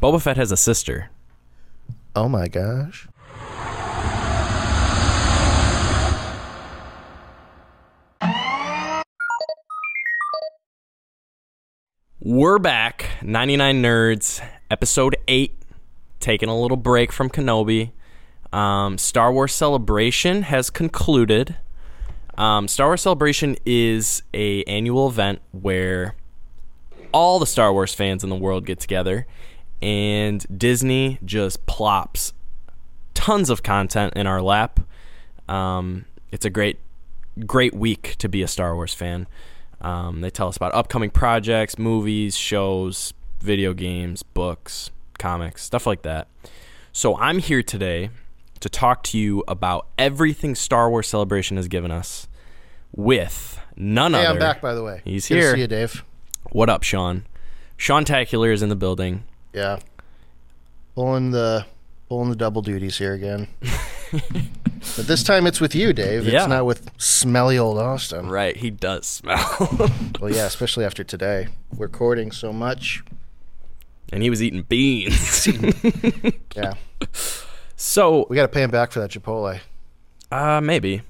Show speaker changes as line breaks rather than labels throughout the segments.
Boba Fett has a sister.
Oh my gosh.
We're back, 99 Nerds, episode 8, taking a little break from Kenobi. Um, Star Wars Celebration has concluded. Um, Star Wars Celebration is a annual event where all the Star Wars fans in the world get together and Disney just plops tons of content in our lap. Um, it's a great, great week to be a Star Wars fan. Um, they tell us about upcoming projects, movies, shows, video games, books, comics, stuff like that. So I'm here today to talk to you about everything Star Wars Celebration has given us with none
Hey,
other.
I'm back by the way.
He's
Good to
here.
see you, Dave.
What up, Sean? Sean Tacular is in the building.
Yeah. Pulling the pulling the double duties here again. but this time it's with you, Dave.
Yeah.
It's not with smelly old Austin.
Right, he does smell.
Well, yeah, especially after today. We're recording so much.
and he was eating beans.
Yeah.
so,
We got to pay him back for that Chipotle.
uh, maybe.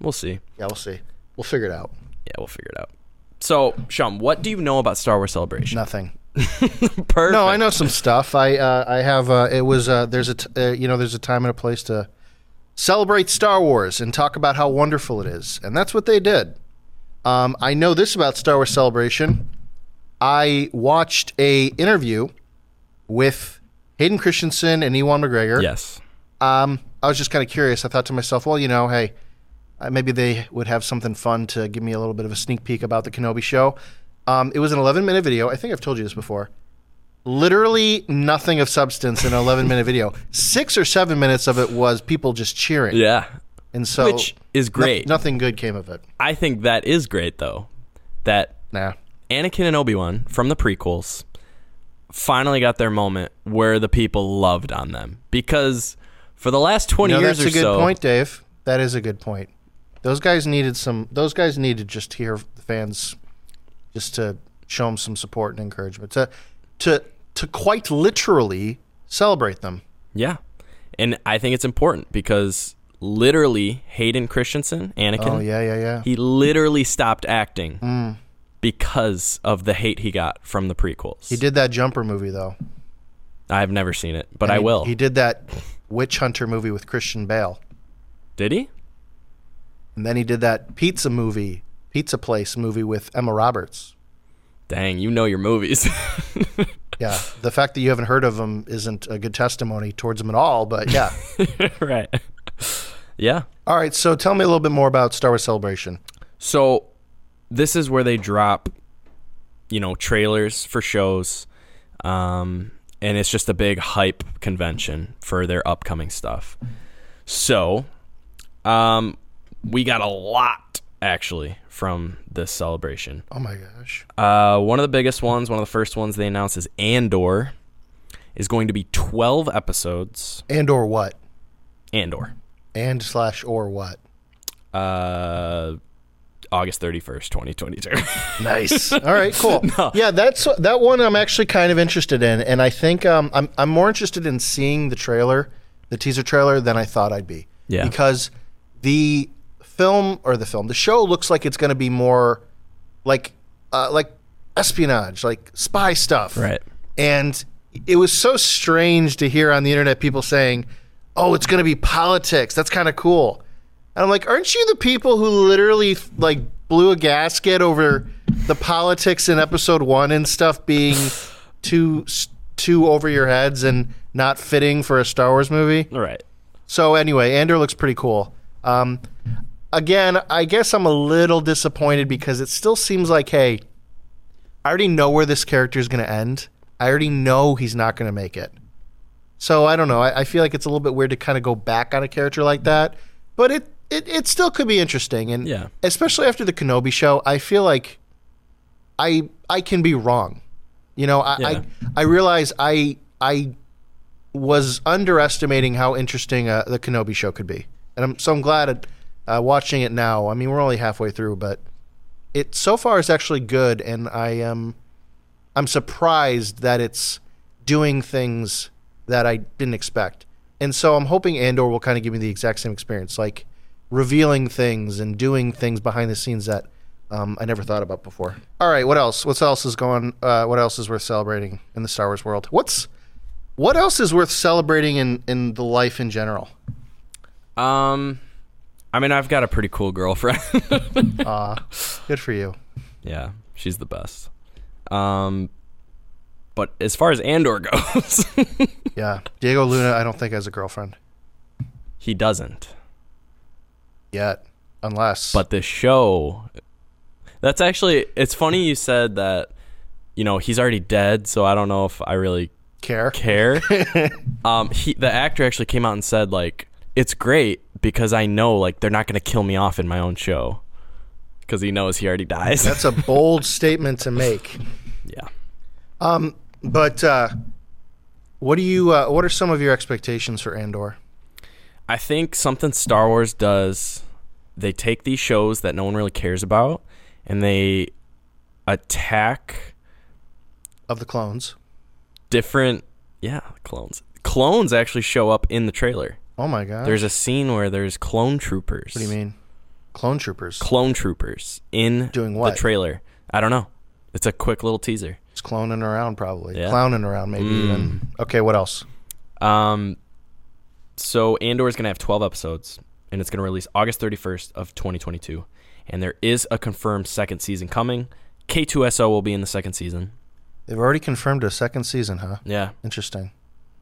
We'll see.
Yeah, we'll see. We'll figure it out.
Yeah, we'll figure it out. So, Sean, what do you know about Star Wars Celebration?
Nothing.
Perfect.
No, I know some stuff. I uh, I have uh, it was uh, there's a t- uh, you know there's a time and a place to celebrate Star Wars and talk about how wonderful it is, and that's what they did. Um, I know this about Star Wars Celebration. I watched a interview with Hayden Christensen and Ewan McGregor.
Yes.
Um, I was just kind of curious. I thought to myself, well, you know, hey, uh, maybe they would have something fun to give me a little bit of a sneak peek about the Kenobi show. Um, it was an 11 minute video. I think I've told you this before. Literally nothing of substance in an 11 minute video. Six or seven minutes of it was people just cheering.
Yeah.
And so,
Which is
no-
great.
nothing good came of it.
I think that is great, though, that
Nah.
Anakin and Obi Wan from the prequels finally got their moment where the people loved on them. Because for the last 20
No,
years
that's a
or
good
so.
point, Dave. That is a good point. Those guys needed some. Those guys needed just to hear the fans, just to show them some support and encouragement. To, to, to quite literally celebrate them.
Yeah. And I think it's important because literally Hayden Christensen, Anakin,
Oh yeah, Mm. yeah, yeah.
he literally stopped acting because of the hate he got from the prequels.
He did that jumper movie though.
I've never seen it, but I
He-
will.
He did that witch hunter movie with Christian Bale,
did he?
and then he did that pizza movie, pizza place movie with Emma Roberts.
Dang, you know your movies.
Yeah, the fact that you haven't heard of him isn't a good testimony towards him at all. But yeah.
right. Yeah.
All right, so tell me a little bit more about Star Wars Celebration.
So this is where they drop, you know, trailers for shows, um, and it's just a big hype convention for their upcoming stuff. So, um, we got a lot actually from this celebration.
Oh my gosh.
Uh, one of the biggest ones, one of the first ones they announced is Andor is going to be twelve episodes.
And or what?
Andor,
And slash or what?
uh, August thirty first, twenty twenty two.
Nice. All right, cool. Yeah, that's that one I'm actually kind of interested in, and I think um, I'm I'm more interested in seeing the trailer, the teaser trailer, than I thought I'd be.
Yeah.
Because the film or the film, the show looks like it's going to be more like uh, like espionage, like spy stuff.
Right.
And it was so strange to hear on the internet people saying, "Oh, it's going to be politics. That's kind of cool." And I'm like, "Aren't you the people who literally like blew a gasket over the politics in episode 1 and stuff being too too over your heads and not fitting for a Star Wars movie?"
All right.
So anyway, Andor looks pretty cool. Um, again, I guess I'm a little disappointed because it still seems like, hey, I already know where this character is going to end. I already know he's not going to make it. So I don't know. I, I feel like it's a little bit weird to kind of go back on a character like that, but it, it it still could be interesting. And
Yeah.
especially after the Kenobi show, I feel like I I can be wrong. You know, I
Yeah.
I, I realize I I was underestimating how interesting uh, the Kenobi show could be, and I'm so I'm glad uh, watching it now. I mean, we're only halfway through, but it so far is actually good, and I am I'm surprised that it's doing things that I didn't expect. And so I'm hoping Andor will kind of give me the exact same experience, like revealing things and doing things behind the scenes that um, I never thought about before. All right, what else? What else is going? Uh, what else is worth celebrating in the Star Wars world? What's what else is worth celebrating in in the life in general?
Um, I mean, I've got a pretty cool girlfriend.
Uh, Good for you.
yeah, she's the best. Um, but as far as Andor goes,
Yeah, Diego Luna. I don't think has a girlfriend
he doesn't.
yet, unless.
But the show, that's actually. It's funny you said that. You know, he's already dead, so I don't know if I really
care.
care. um, he, the actor actually came out and said like, "It's great because I know like they're not gonna kill me off in my own show, because he knows he already dies."
That's a bold statement to make.
yeah.
But uh, what do you? Uh, what are some of your expectations for Andor?
I think something Star Wars does, they take these shows that no one really cares about and they attack
of the clones.
different yeah, clones. Clones actually show up in the trailer.
Oh my god!
There's a scene where there's clone troopers.
what do you mean? Clone troopers.
Clone troopers in
Doing
the
what?
trailer. I don't know. It's a quick little teaser.
it's cloning around, probably.
Yeah. Mm.
Clowning around, maybe even. Okay, what else?
Um so Andor is going to have 12 episodes and it's going to release August 31st of 2022 and there is a confirmed second season coming. K2SO will be in the second season.
They've already confirmed a second season, huh?
Yeah,
Interesting.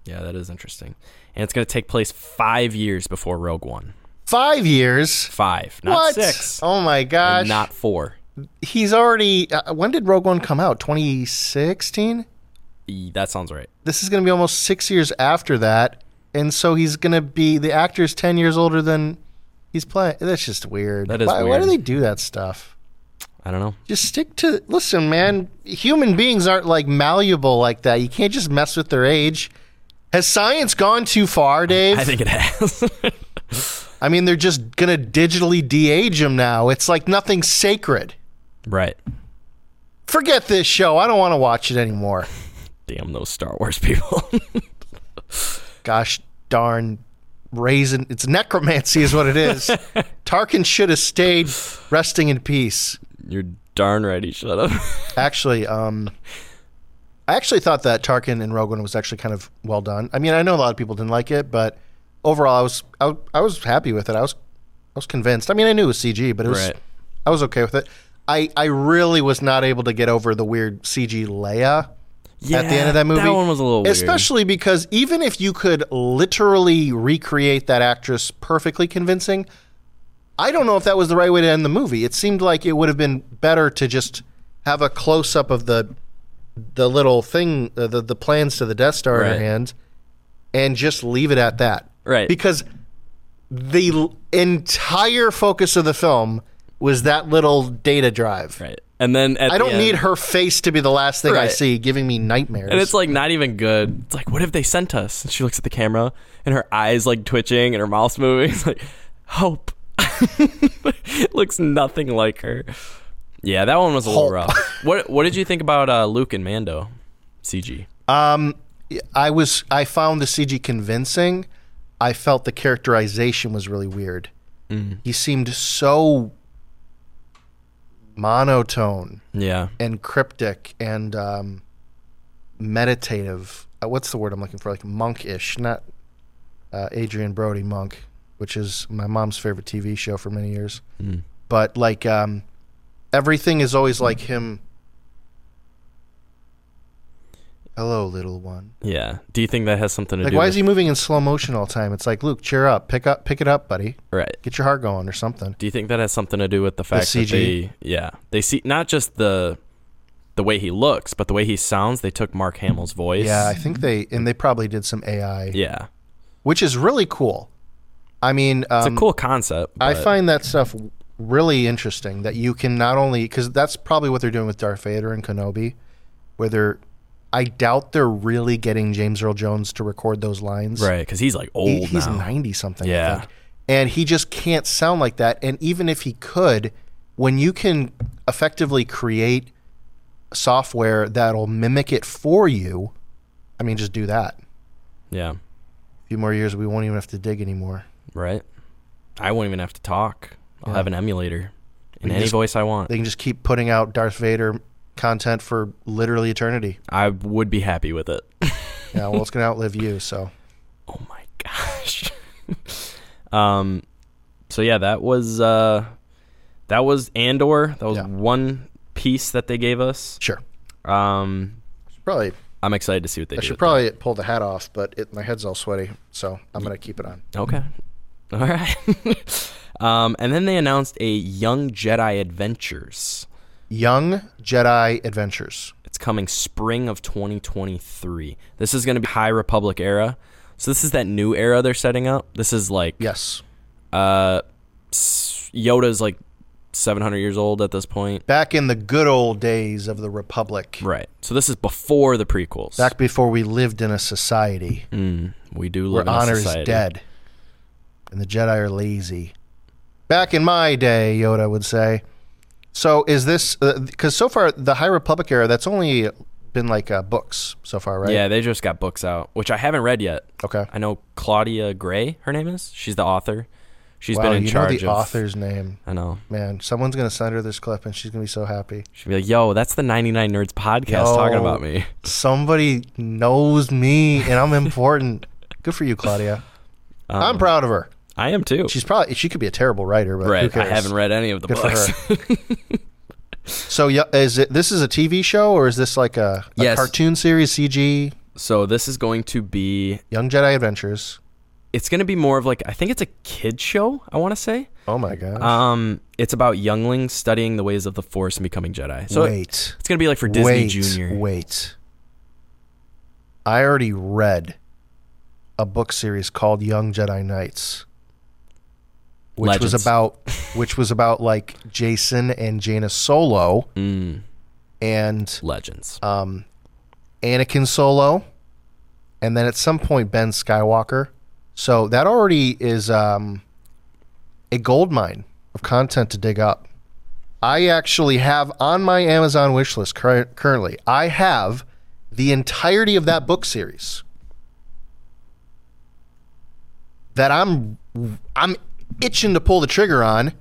yeah, that is interesting. And it's going to take place five years before Rogue One.
Five years.
Five, not
what?
six,
Oh my gosh!
not four.
He's already. Uh, when did Rogue One come out? 2016.
E- That sounds right.
This is going to be almost six years after that, and so he's going to be the actor's ten years older than he's playing. That's just weird.
That is
why, Why do
weird.
they do that stuff?
I don't know.
Just stick to listen, man. Human beings aren't like malleable like that. You can't just mess with their age. Has science gone too far, Dave?
I
I,
think it has.
mean, they're just gonna digitally de-age them now. It's like nothing sacred.
right.
Forget this show. I don't want to watch it anymore.
Damn those Star Wars people.
Gosh darn raisin! It's necromancy, is what it is. Tarkin should have stayed resting in peace.
You're darn right. He shut up.
Actually, um, I actually thought that Tarkin and Rogue One was actually kind of well done. I mean, I know a lot of people didn't like it, but overall, I was I, I was happy with it. I was I was convinced. I mean, I knew it was CG, but it was
Right.
I was okay with it. I I really was not able to get over the weird CG Leia
yeah,
at the end of that movie.
That one was a little weird.
Especially because even if you could literally recreate that actress perfectly convincing, I don't know if that was the right way to end the movie. It seemed like it would have been better to just have a close up of the the little thing, uh, the the plans to the Death Star in
Right.
her hand, and just leave it at that.
Right.
Because the l- entire focus of the film was that little data drive.
Right. And then at
I don't
the end,
need her face to be the last thing I
Right.
see, giving me nightmares.
And it's like not even good. It's like, what have they sent us? And she looks at the camera and her eyes like twitching and her mouth's moving. It's like, hope. It looks nothing like her. Yeah, that one was a little
Hope.
rough. What What did you think about uh, Luke and Mando CG?
Um, I was I found the CG convincing. I felt the characterization was really weird. He seemed so monotone
Yeah,
and cryptic and um, meditative. Uh, what's the word I'm looking for? Like monk-ish, not uh, Adrian Brody monk, which is my mom's favorite TV show for many years.
Hmm.
But like um, everything is always like him. Hello, little one.
yeah. Do you think that has something to
Like,
do?
why
with,
is he moving in slow motion all the time? It's like, Luke, cheer up, pick up, pick it up, buddy,
right?
get your heart going or something.
Do you think that has something to do with the fact that
CG?
they, yeah, they see not just the the way he looks, but the way he sounds? They took Mark Hamill's voice.
Yeah, I think they and they probably did some AI,
yeah.
which is really cool. I mean,
It's
um,
a cool concept.
I
but-
find that stuff really interesting. That you can not only because that's probably what they're doing with Darth Vader and Kenobi, where they're. I doubt they're really getting James Earl Jones to record those lines.
right because he's like old
He- he's
now.
90 something I
Yeah.
think. and he just can't sound like that and even if he could when you can effectively create software that'll mimic it for you I mean, just do that. A
Yeah.
few more years, we won't even have to dig anymore.
Right. I won't even have to talk. I'll
Yeah.
have an emulator in
We
any
just-
voice I want.
They can just keep putting out Darth Vader content for literally eternity.
I would be happy with it.
Yeah, well, it's going to outlive you, so.
Oh my gosh. um so yeah, that was uh that was Andor. That was
Yeah.
one piece that they gave us.
Sure.
Um
Probably,
I'm excited to see what they
I
do.
should
with that.
probably pull the hat off, but it, my head's all sweaty, so I'm going to keep it on.
Okay. All right. um and then they announced a Young Jedi Adventures.
Young Jedi Adventures.
It's coming spring of 2023. This is going to be High Republic era. So this is that new era they're setting up. This is like
Yes.
uh s- Yoda's like 700 years old at this point.
Back in the good old days of the Republic,
Right. So this is before the prequels.
back before we lived in a society
Mm, we do
where
live in a
honor is
society.
dead and the Jedi are lazy. Back in my day, Yoda would say. So is this because so far the High Republic era? That's only been like uh, books so far, right?
Yeah, they just got books out, which I haven't read yet.
Okay.
I know Claudia Gray, her name is. She's the author. She's
wow,
been in
you know
charge
the
of
author's name,
I know.
man. Someone's gonna send her this clip, and she's gonna be so happy.
She'd be like, "Yo, that's the 99 Nerds podcast talking
Yo.
about me."
Somebody knows me, and I'm important. Good for you, Claudia.
Um,
I'm proud of her.
I am too.
She's probably she could be a terrible writer, but who
right. I
cares?
haven't read any of the
Good for
books.
So yeah, is it this is a TV show or is this like a, a
Yes.
cartoon series CG
so this is going to be
Young Jedi Adventures?
it's going to be more of like I think it's a kid show, I want to say.
Oh my gosh.
Um it's about younglings studying the ways of the Force and becoming Jedi. So it-
wait.
it's going to be like for Disney
wait,
Junior.
Wait. I already read a book series called Young Jedi Knights. Which
Legends.
was about which was about like Jason and Jaina Solo
Mm,
and
legends.
um Anakin Solo and then at some point Ben Skywalker. So that already is um a gold mine of content to dig up. I actually have on my Amazon wish list cur- currently. I have the entirety of that book series that I'm I'm itching to pull the trigger on.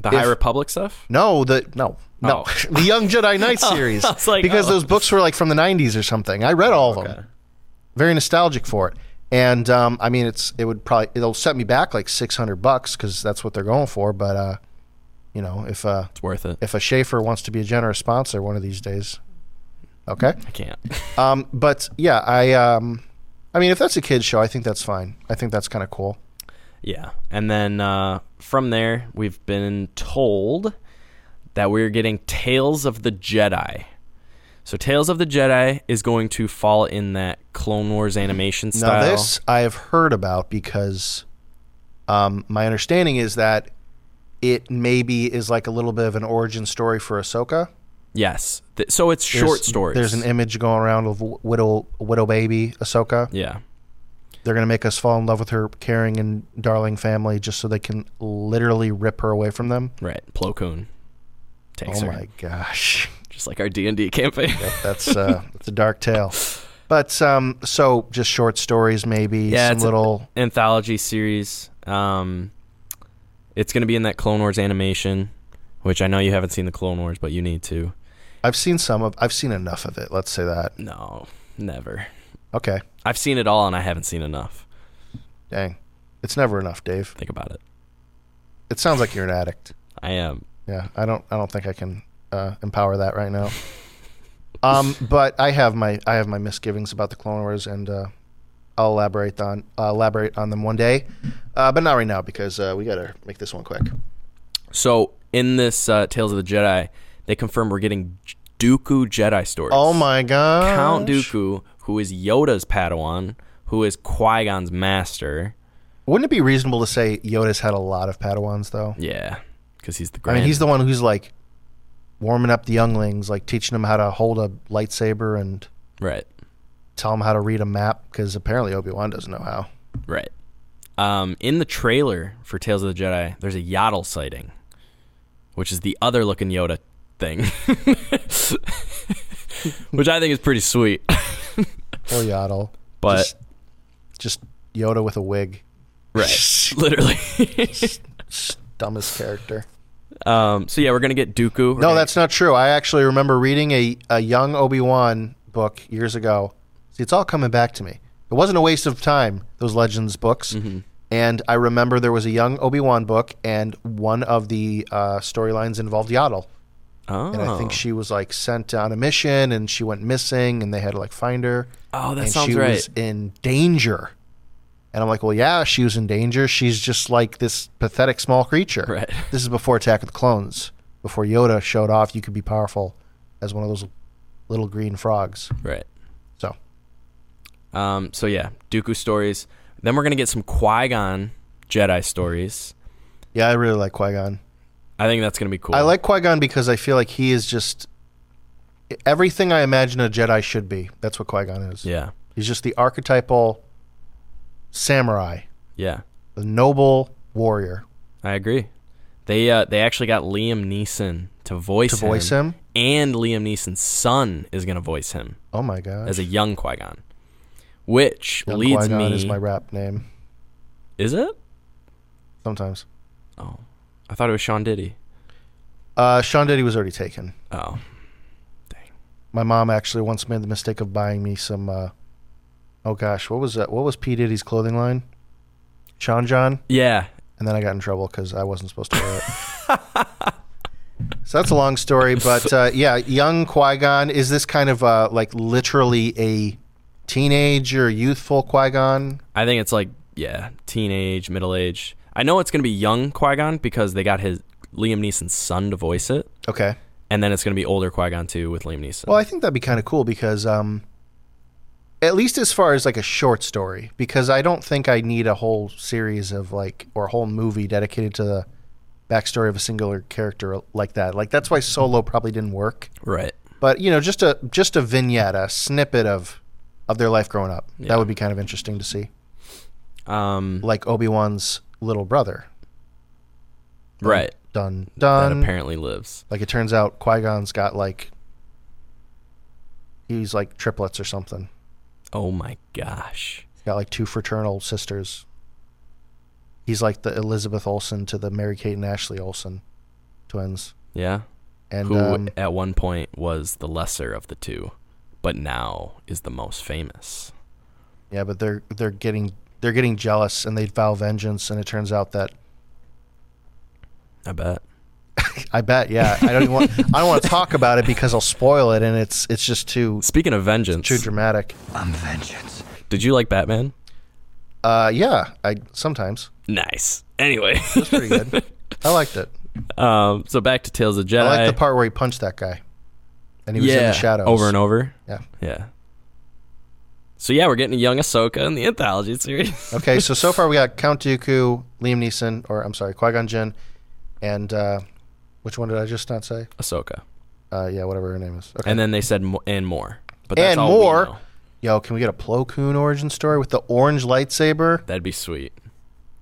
The High
if-
Republic stuff?
No, the no, no,
Oh.
the Young Jedi Knight series
I was like,
because
oh.
those books were like from the '90s or something. I read all of
Okay.
them. Very nostalgic for it, and um, I mean, it's it would probably it'll set me back like 600 bucks because that's what they're going for. But uh, you know, if uh,
It's worth it.
if a Schaefer wants to be a generous sponsor one of these days, okay.
I can't.
Um, but yeah, I um, I mean, if that's a kids show, I think that's fine. I think that's kind of cool.
yeah. And then uh from there, we've been told that we're getting Tales of the Jedi. So Tales of the Jedi is going to fall in that Clone Wars animation style.
Now this I have heard about because um, my understanding is that it maybe is like a little bit of an origin story for Ahsoka.
Yes. Th- so it's
There's-
short stories.
There's an image going around of w- widow widow baby Ahsoka.
yeah.
They're gonna make us fall in love with her caring and darling family just so they can literally rip her away from them.
Right. Plo Koon takes
oh
her.
my gosh,
Just like our D and D campaign.
that's uh, that's a dark tale. But um, so just short stories maybe.
Yeah,
some
it's a-
little.
Anthology series. Um, it's going to be in that Clone Wars animation, which I know you haven't seen the Clone Wars, but you need to.
I've seen some of. I've seen enough of it. Let's say that.
No, never.
Okay.
I've seen it all, and I haven't seen enough.
Dang. It's never enough, Dave.
Think about it.
It sounds like you're an addict.
I am.
Yeah, I don't I don't think I can uh, empower that right now. Um, but I have my I have my misgivings about the Clone Wars, and uh, I'll elaborate on uh, elaborate on them one day, uh, but not right now because uh, we gotta make this one quick.
So in this uh, Tales of the Jedi, they confirm we're getting J- Dooku Jedi stories.
Oh my god,
Count Dooku, who is Yoda's Padawan, who is Qui Gon's master.
Wouldn't it be reasonable to say Yoda's had a lot of Padawans though?
Yeah, because he's the
I
grand.
mean, he's the one who's like warming up the younglings, like teaching them how to hold a lightsaber and
right.
tell them how to read a map because apparently Obi Wan doesn't know how.
Right. Um, in the trailer for Tales of the Jedi, there's a Yaddle sighting, which is the other looking Yoda thing, which I think is pretty sweet.
Or Yaddle.
But
Just- just Yoda with a wig.
right, literally.
Dumbest character.
um, so yeah, we're gonna get Dooku. We're
No,
gonna-
that's not true. I actually remember reading a, a young Obi Wan book years ago. See, it's all coming back to me. It wasn't a waste of time, those Legends books.
Mm-hmm.
And I remember there was a young Obi Wan book, and one of the uh, storylines involved Yaddle.
oh.
And I think she was like sent on a mission and she went missing, and they had to like find her.
oh, that
and
sounds
she
right.
was in danger. And I'm like, well, yeah, she was in danger. She's just like this pathetic small creature.
Right.
This is before Attack of the Clones, before Yoda showed off you could be powerful as one of those little green frogs.
Right.
So
Um, so yeah, Dooku stories. Then we're gonna get some Qui Gon Jedi stories.
yeah, I really like Qui Gon.
I think that's gonna be cool.
I like Qui Gon because I feel like he is just everything I imagine a Jedi should be. That's what Qui Gon is.
Yeah.
He's just the archetypal samurai,
Yeah.
the noble warrior.
I agree. They uh, they actually got Liam Neeson to voice
To voice him?
and Liam Neeson's son is gonna voice him
Oh my god.
as a young Qui Gon, which
Young
leads
Qui-Gon
me.
is my rap name.
is it?
Sometimes.
Oh, I thought it was Sean Diddy.
Uh, Sean Diddy was already taken.
Oh,
My mom actually once made the mistake of buying me some. Uh, oh gosh, what was that? What was P Diddy's clothing line? Sean John,
yeah.
and then I got in trouble because I wasn't supposed to wear it. so that's a long story, but uh, yeah, young Qui Gon is this kind of uh, like literally a teenager, youthful Qui Gon.
I think it's like yeah, teenage, middle age. I know it's gonna be young Qui Gon because they got his Liam Neeson's son to voice it,
Okay.
and then it's gonna be older Qui Gon too with Liam Neeson.
Well, I think that'd be kind of cool because, um, at least as far as like a short story, because I don't think I need a whole series of like or a whole movie dedicated to the backstory of a singular character like that. Like that's why Solo probably didn't work.
right.
But you know, just a just a vignette, a snippet of of their life growing up.
Yeah.
That would be kind of interesting to see,
Um.
like Obi Wan's little brother.
Right.
Dun
That
dun.
apparently lives.
Like it turns out, Qui Gon's got like he's like triplets or something.
Oh my gosh.
got like two fraternal sisters. He's like the Elizabeth Olsen to the Mary Kate and Ashley Olsen twins.
Yeah.
And
Who
um,
at one point was the lesser of the two, but now is the most famous.
yeah, but they're they're getting they're getting jealous and they vow vengeance and it turns out that
I bet.
I bet, yeah. I don't even want I don't want to talk about it because I'll spoil it and it's it's just too
Speaking of vengeance,
too dramatic.
I'm vengeance.
did you like Batman?
Uh yeah, I sometimes.
Nice. Anyway,
It's pretty good. I liked it.
um, so back to Tales of Jedi.
I liked the part where he punched that guy. And he was
yeah,
in the shadows.
over and over.
Yeah.
Yeah. So yeah, we're getting a young Ahsoka in the anthology series.
Okay, so so far we got Count Dooku, Liam Neeson, or I'm sorry, Qui Gon Jinn, and uh, which one did I just not say?
Ahsoka,
Uh, yeah, whatever her name is. Okay.
and then they said mo- and more, but that's
and
all we
more.
know.
Yo, can we get a Plo Koon origin story with the orange lightsaber?
That'd be sweet.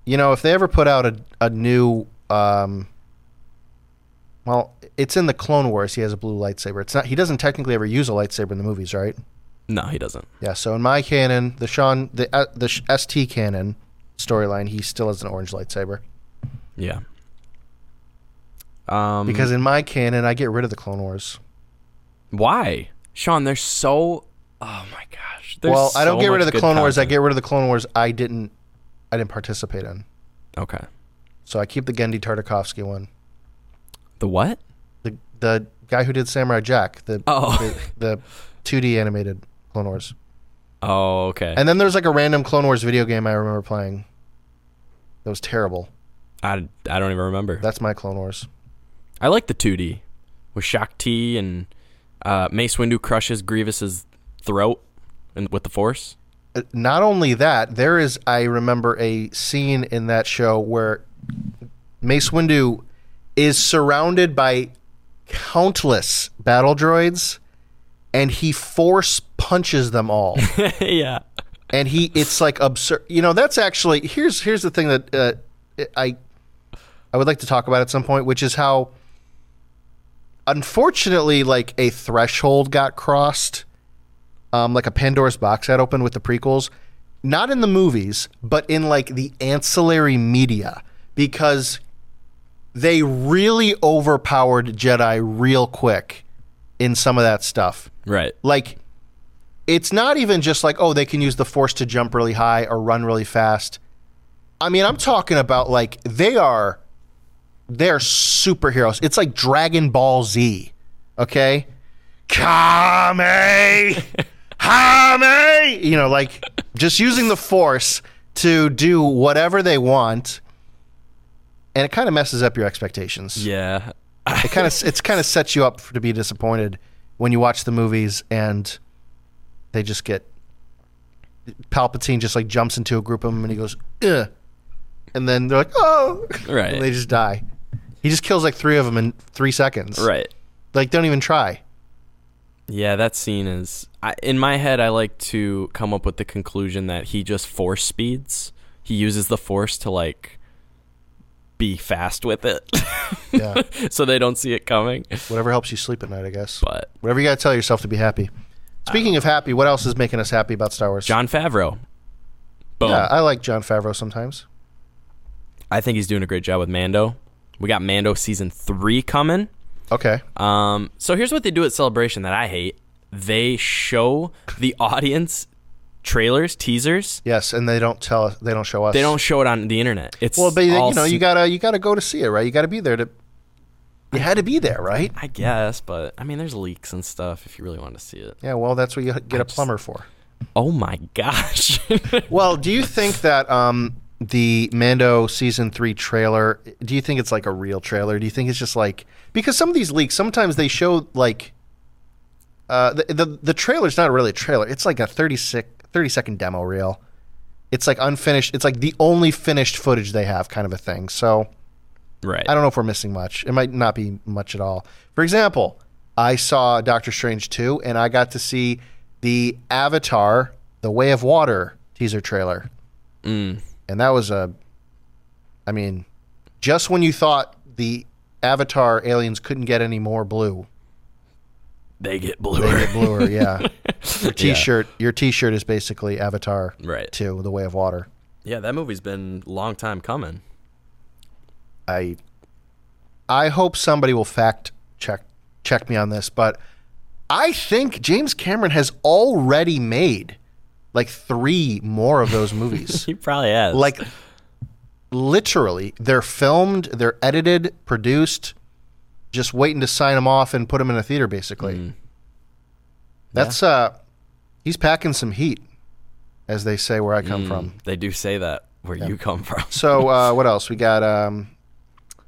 You know, if they ever put out a a new, um, well, it's in the Clone Wars. He has a blue lightsaber. It's not. He doesn't technically ever use a lightsaber in the movies, right?
No, he doesn't.
Yeah. So in my canon, the Sean the uh, the ST canon storyline, he still has an orange lightsaber.
Yeah. Um,
Because in my canon, I get rid of the Clone Wars.
Why? Sean, they're so. Oh my gosh. There's
well, I don't
so
get rid
much
of the
good
Clone Wars. I
content.
get rid of the Clone Wars. I didn't, I didn't participate in.
Okay.
So I keep the Gendy Tartakovsky one.
The what?
The the guy who did Samurai Jack, the
Oh.
the two D animated Clone Wars.
Oh, okay.
And then there's like a random Clone Wars video game I remember playing. That was terrible.
I, I don't even remember.
That's my Clone Wars.
I like the 2D with Shakti and uh, Mace Windu crushes Grievous's throat and with the Force.
Uh, Not only that, there is I remember a scene in that show where Mace Windu is surrounded by countless battle droids and he force punches them all.
yeah.
and he it's like absurd you know that's actually here's here's the thing that uh, i i would like to talk about at some point which is how unfortunately like a threshold got crossed um, like a Pandora's box that opened with the prequels, not in the movies, but in like the ancillary media because they really overpowered Jedi real quick in some of that stuff.
Right.
Like, it's not even just like, oh, they can use the force to jump really high or run really fast. I mean, I'm talking about like they are they're superheroes. It's like Dragon Ball Z. Okay? Kame! Kame! You know, like just using the force to do whatever they want. And it kind of messes up your expectations
Yeah.
it kind of it's kind of sets you up for, to be disappointed when you watch the movies and they just get Palpatine just like jumps into a group of them and he goes Ugh. and then they're like oh
Right.
and they just die he just kills like three of them in three seconds
Right.
like don't even try
Yeah, that scene is. I, in my head, I like to come up with the conclusion that he just force speeds. He uses the force to like be fast with it,
yeah
so they don't see it coming.
whatever helps you sleep at night I guess
But
whatever you gotta tell yourself to be happy speaking of happy what else is making us happy about Star Wars
John Favreau, boom!
yeah I like John Favreau sometimes
I think he's doing a great job with Mando. We got Mando season three coming.
okay
Um, so here's what they do at Celebration that I hate. They show the audience trailers, teasers.
yes and they don't tell us they don't show us
They don't show it on the internet. It's
Well, but you
all
know, you
sn-
gotta you gotta go to see it, right? You gotta be there to. You had to be there, right?
I guess, but I mean, there's leaks and stuff if you really want to see it.
Yeah. Well, that's what you get a plumber for.
Oh my gosh.
Well, do you think that um, the Mando season three trailer? Do you think it's like a real trailer? Do you think it's just like because some of these leaks sometimes they show like. Uh, the, the the trailer's not really a trailer. It's like a 30, sec, 30 second demo reel. It's like unfinished. It's like the only finished footage they have, kind of a thing. So
right.
I don't know if we're missing much. It might not be much at all. For example, I saw Doctor Strange 2 and I got to see the Avatar The Way of Water teaser trailer. And that was a I mean, just when you thought the Avatar aliens couldn't get any more blue,
they get
they
bluer.
get bluer, yeah. Your t-shirt, your t-shirt is basically Avatar
Right.
2 The Way of Water.
Yeah, that movie's been a long time coming.
I I hope somebody will fact check check me on this, but I think James Cameron has already made like three more of those movies.
He probably has.
like literally, they're filmed, they're edited, produced, just waiting to sign them off and put them in a theater basically. That's uh he's packing some heat as they say where I come from.
they do say that where you come from.
So uh, what else? We got um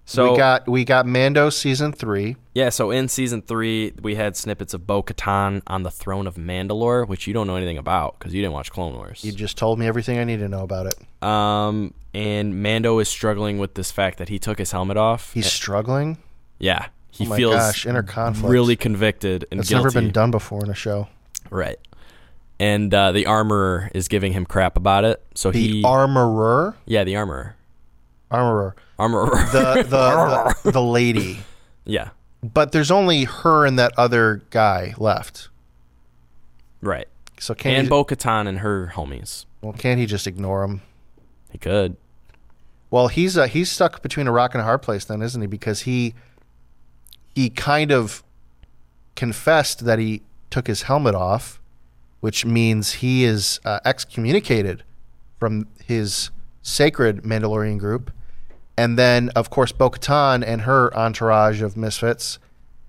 So
we got we got Mando season three.
yeah, so in season three we had snippets of Bo Katan on the throne of Mandalore, which you don't know anything about because you didn't watch Clone Wars.
You just told me everything I need to know about it.
Um, and Mando is struggling with this fact that he took his helmet off.
He's struggling.
yeah, Eh, he
Oh my
feels
gosh, inner conflict.
really convicted and
it's
guilty.
never been done before in a show.
Right. And uh, the armorer is giving him crap about it. So
The
he,
armorer,
yeah, the armorer,
armorer,
armorer,
the the, the the lady.
yeah,
But there's only her and that other guy left.
right.
So can't
And
he,
Bo Katan and her homies.
well can't he just ignore him?
He could.
Well, he's uh, he's stuck between a rock and a hard place, then, isn't he? Because he he kind of confessed that he took his helmet off, which means he is uh, excommunicated from his sacred Mandalorian group. And then, of course, Bo-Katan and her entourage of misfits,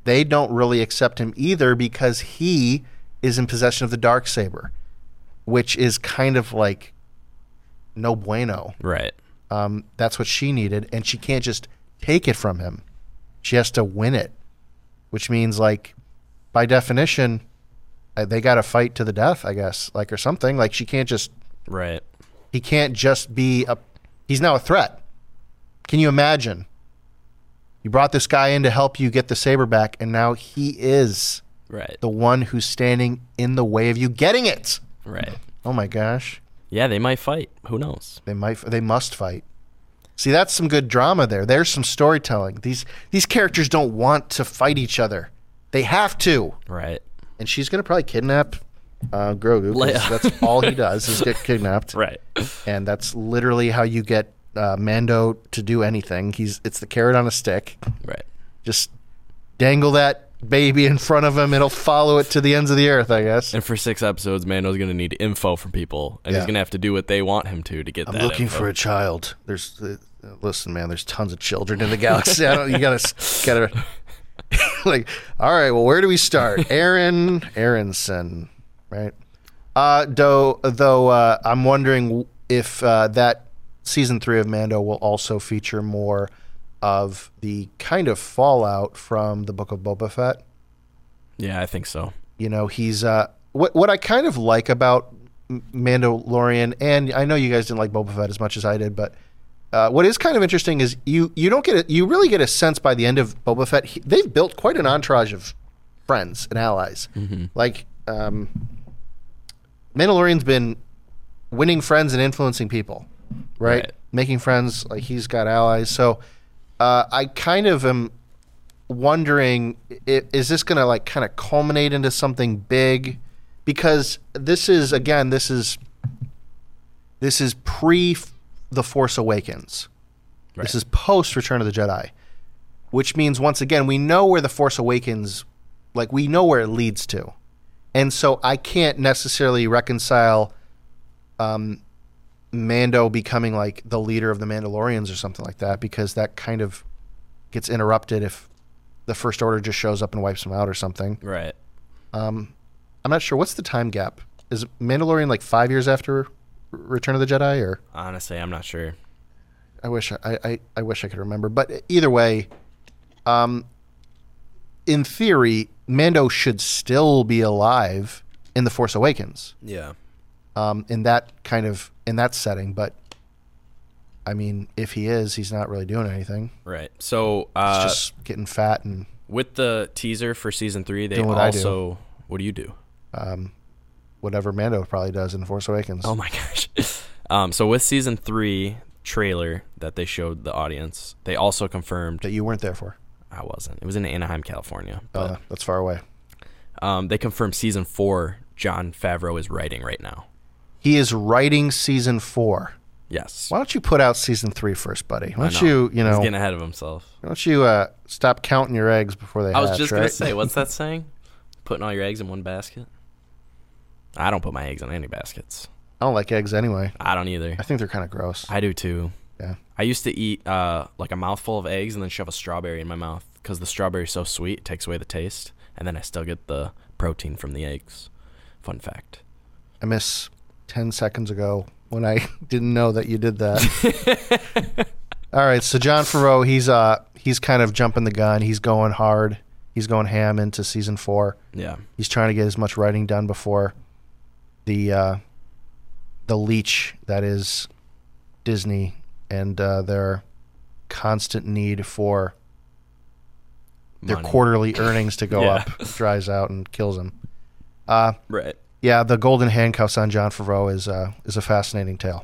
they don't really accept him either because he is in possession of the dark saber, which is kind of like no bueno.
Right.
Um, that's what she needed, and she can't just take it from him. She has to win it, which means like by definition, uh, they got to fight to the death, I guess, like or something. Like she can't just
Right.
he can't just be a he's now a threat. Can you imagine? You brought this guy in to help you get the saber back, and now he is
Right.
the one who's standing in the way of you getting it.
Right.
Oh my gosh.
Yeah, they might fight. Who knows?
They might. They must fight. See, that's some good drama there. There's some storytelling. These these characters don't want to fight each other. They have to.
Right.
And she's gonna probably kidnap uh, Grogu. 'cause
Leia.
That's all he does is get kidnapped,
Right.
and that's literally how you get uh, Mando to do anything. He's it's the carrot on a stick.
Right.
Just dangle that baby in front of him; it'll follow it to the ends of the earth. I guess.
And for six episodes, Mando's going to need info from people, and he's
Yeah.
going to have to do what they want him to to get
I'm
that.
looking
info.
for a child. There's uh, uh, listen, man. There's tons of children in the galaxy. I don't, you gotta s- gotta like. All right. Well, where do we start? Aaron Aronson, right? Uh, though though uh, I'm wondering if uh, that season three of Mando will also feature more of the kind of fallout from the Book of Boba Fett.
Yeah, I think so.
You know, he's uh, what what I kind of like about M- Mandalorian, and I know you guys didn't like Boba Fett as much as I did, but uh, what is kind of interesting is you you don't get a, you really get a sense by the end of Boba Fett he, they've built quite an entourage of friends and allies. Like um, Mandalorian's been winning friends and influencing people, right?
Right.
Making friends, like he's got allies. So uh, I kind of am wondering i- is this going to like kind of culminate into something big because this is again this is this is pre f- the force awakens
Right.
this is post return of the jedi which means once again we know where the force awakens like we know where it leads to and so i can't necessarily reconcile um mando becoming like the leader of the mandalorians or something like that because that kind of gets interrupted if the first order just shows up and wipes them out or something
Right.
i'm not sure what's the time gap is mandalorian like five years after R- return of the jedi or
Honestly, I'm not sure.
I wish I, I, I wish I could remember. But e-, either way, um, in theory, Mando should still be alive in the Force Awakens,
Yeah.
um, in that kind of in that setting. But I mean, if he is, he's not really doing anything.
Right. So
He's
uh,
just getting fat and
with the teaser for season three, they
Doing what I do.
also. What do you do?
whatever Mando probably does in the Force Awakens.
Oh my gosh. um, so with season three trailer that they showed the audience, they also confirmed
That you weren't there for.
I wasn't. It was in Anaheim, California. But
Uh, that's far away.
um, they confirmed season four. John Favreau is writing right now.
He is writing season four.
Yes.
Why don't you put out season three first, buddy? Why
I
don't you you know?
He's getting ahead of himself.
why don't you uh, stop counting your eggs before they?
I was
hatch,
just
right?
gonna say, what's that saying? Putting all your eggs in one basket. I don't put my eggs in any baskets.
I don't like eggs anyway.
I don't either.
I think they're kind of gross.
I do too.
Yeah.
I used to eat uh, like a mouthful of eggs and then shove a strawberry in my mouth because the strawberry's so sweet, it takes away the taste, and then I still get the protein from the eggs. Fun fact.
I miss 10 seconds ago when I didn't know that you did that. All right, so John Farrow, he's uh he's kind of jumping the gun. He's going hard. He's going ham into season 4.
Yeah.
He's trying to get as much writing done before the uh the leech that is Disney and uh, their constant need for their
Money.
quarterly earnings to go
Yeah.
up dries out and kills him. Uh
Right.
Yeah, the golden handcuffs on John Favreau is uh, is a fascinating tale.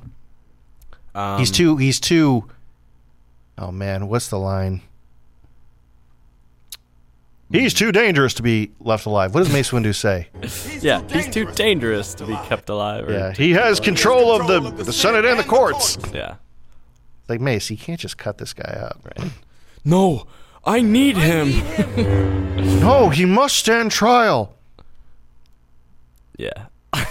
Um,
he's too he's too. Oh man, what's the line? He's too dangerous to be left alive. What does Mace Windu say?
Yeah, he's too dangerous to be kept alive. Or,
Yeah, he has control of the, the Senate and the courts.
yeah.
Like Mace, you can't just cut this guy up.
No, I need him.
No, he must stand trial.
Yeah.
I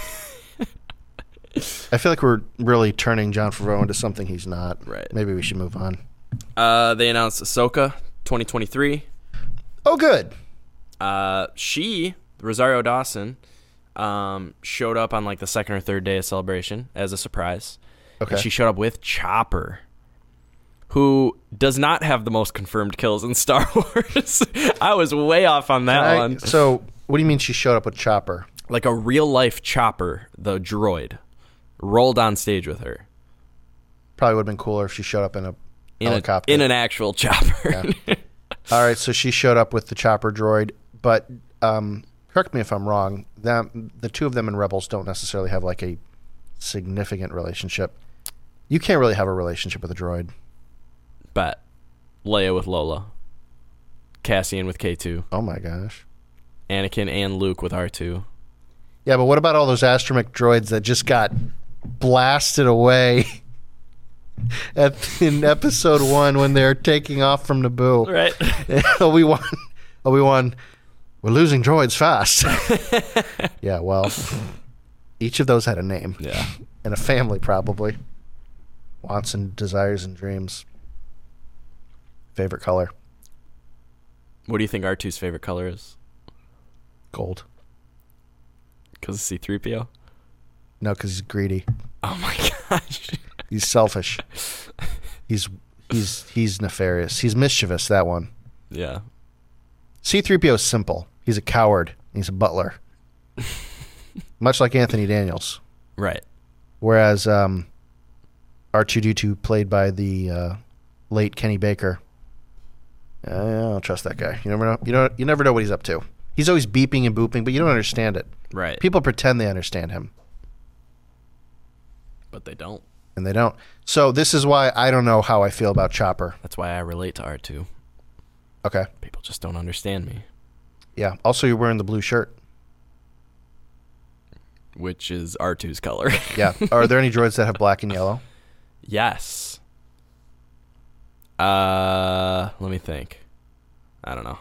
feel like we're really turning John Favreau into something he's not.
Right.
Maybe we should move on.
Uh, they announced Ahsoka 2023.
Oh, good.
Uh, she, Rosario Dawson, um, showed up on like the second or third day of celebration as a surprise.
Okay.
And she showed up with Chopper, who does not have the most confirmed kills in Star Wars. I was way off on that
I-
one.
so, what do you mean she showed up with Chopper?
Like a real life Chopper, the droid, rolled on stage with her
Probably would have been cooler if she showed up in a
in, a,
helicopter.
in an actual Chopper.
All right, so she showed up with the chopper droid, but um, correct me if I'm wrong. Them, the two of them in Rebels don't necessarily have like a significant relationship. You can't really have a relationship with a droid.
but Leia with Lola, Cassian with K2,
Oh my gosh,
Anakin and Luke with R2.
Yeah, but what about all those astromech droids that just got blasted away at, in episode one when they're taking off from Naboo?
Right.
Obi Wan, Obi Wan, we're losing droids fast. yeah, well, each of those had a name
yeah.
and a family, probably. Wants and desires and dreams. Favorite color?
What do you think R2's favorite color is?
Gold.
Because of C3PO?
No, because he's greedy.
Oh my gosh.
He's selfish. he's he's he's nefarious. He's mischievous. That one.
yeah.
C3PO is simple. He's a coward. He's a butler. Much like Anthony Daniels.
Right.
Whereas um, R2D2, played by the uh, late Kenny Baker, uh, I don't trust that guy. You never know. You know. You never know what he's up to. He's always beeping and booping, but you don't understand it.
Right.
People pretend they understand him,
but they don't.
and they don't. So this is why I don't know how I feel about Chopper.
That's why I relate to R2.
Okay.
People just don't understand me,
Yeah. Also, you're wearing the blue shirt.
which is R2's color.
Yeah. Are there any droids that have black and yellow?
yes. Uh, let me think. I don't know.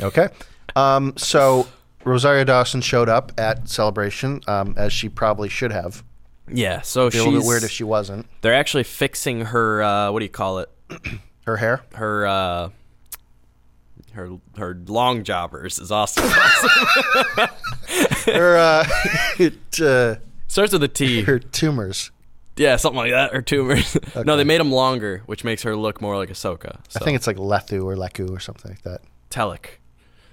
Okay. Um, so Rosario Dawson showed up at Celebration, um, as she probably should have.
Yeah, so
Be a
she's
little bit weird if she wasn't.
they're actually fixing her uh what do you call it?
Her hair.
Her uh her her long jobbers is awesome.
Her uh, it, uh,
Starts with a T.
her tumors.
Yeah, something like that. Her tumors. no, they made them longer, which makes her look more like Ahsoka. So.
I think it's like Lethu or Leku or something like that.
Telic.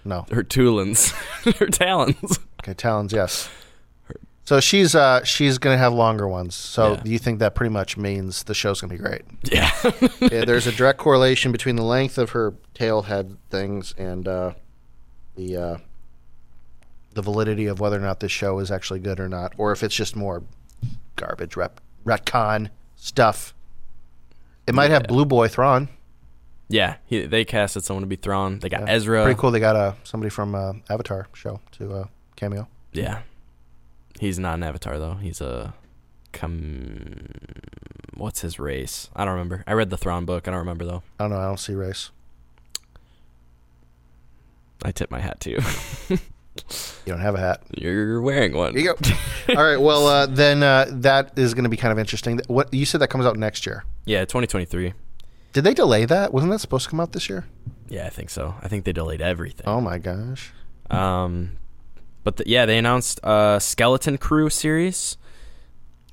No.
Her tulans. her talons.
Okay, Talons, yes. So she's uh, she's gonna have longer ones. So
Yeah.
do you think that pretty much means the show's gonna be great?
Yeah.
Yeah, there's a direct correlation between the length of her tail head things and uh, the uh, the validity of whether or not this show is actually good or not, or if it's just more garbage rep retcon stuff. It might have Blue Boy Thrawn.
yeah. He, they casted someone to be Thrawn. They got
Yeah.
Ezra.
Pretty cool. They got uh, somebody from uh, Avatar show to uh, cameo.
Yeah. He's not an avatar though. He's a come. What's his race? I don't remember. I read the Thrawn book. I don't remember though.
I don't know. I don't see race.
I tip my hat to you.
You don't have a hat.
You're wearing one.
There you go. All right. Well, uh, then uh, that is going to be kind of interesting. What you said that comes out next year.
Yeah, 2023.
Did they delay that? Wasn't that supposed to come out this year?
Yeah, I think so. I think they delayed everything.
Oh my gosh.
Um, but th- yeah, they announced a Skeleton Crew series.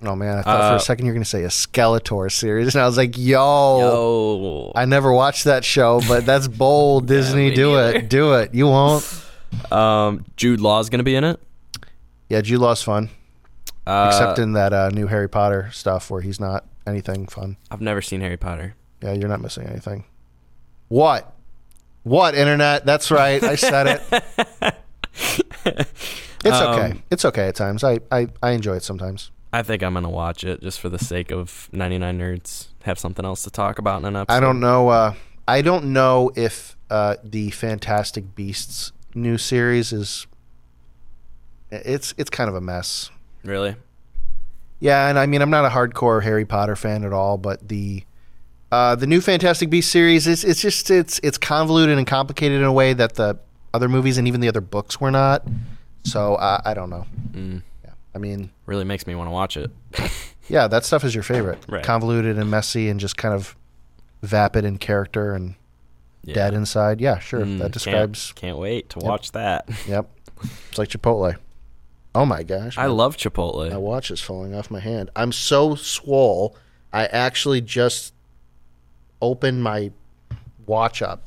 Oh man, I thought for
Uh,
a second you were gonna say a Skeletor series, and I was like, "Yo,
Oh,
I never watched that show, but that's bold, Disney.
me
do
neither.
it, do it. You won't."
um, Jude Law's gonna be in it.
Yeah, Jude Law's fun,
Uh,
except in that uh, new Harry Potter stuff where he's not anything fun.
I've never seen Harry Potter.
Yeah, you're not missing anything. What? What internet? That's right, I said it. it's okay. It's okay at times. I, I I enjoy it sometimes.
I think I'm gonna watch it just for the sake of 99 nerds. Have something else to talk about in an episode.
I don't know. Uh, I don't know if uh, the Fantastic Beasts new series is. It's it's kind of a mess.
really.
Yeah, and I mean I'm not a hardcore Harry Potter fan at all, but the uh, the new Fantastic Beasts series is it's just it's it's convoluted and complicated in a way that the other movies and even the other books were not. So uh, I don't know.
Mm.
Yeah, I mean,
Really makes me want to watch it.
yeah, that stuff is your favorite.
Right.
Convoluted and messy and just kind of vapid in character and
Yeah.
dead inside. Yeah, sure.
Mm,
that
can't-
describes
Can't, wait to watch that.
Yep. It's like Chipotle. Oh my gosh.
I
my,
love Chipotle.
my watch is falling off my hand. I'm so swole. I actually just opened my watch up.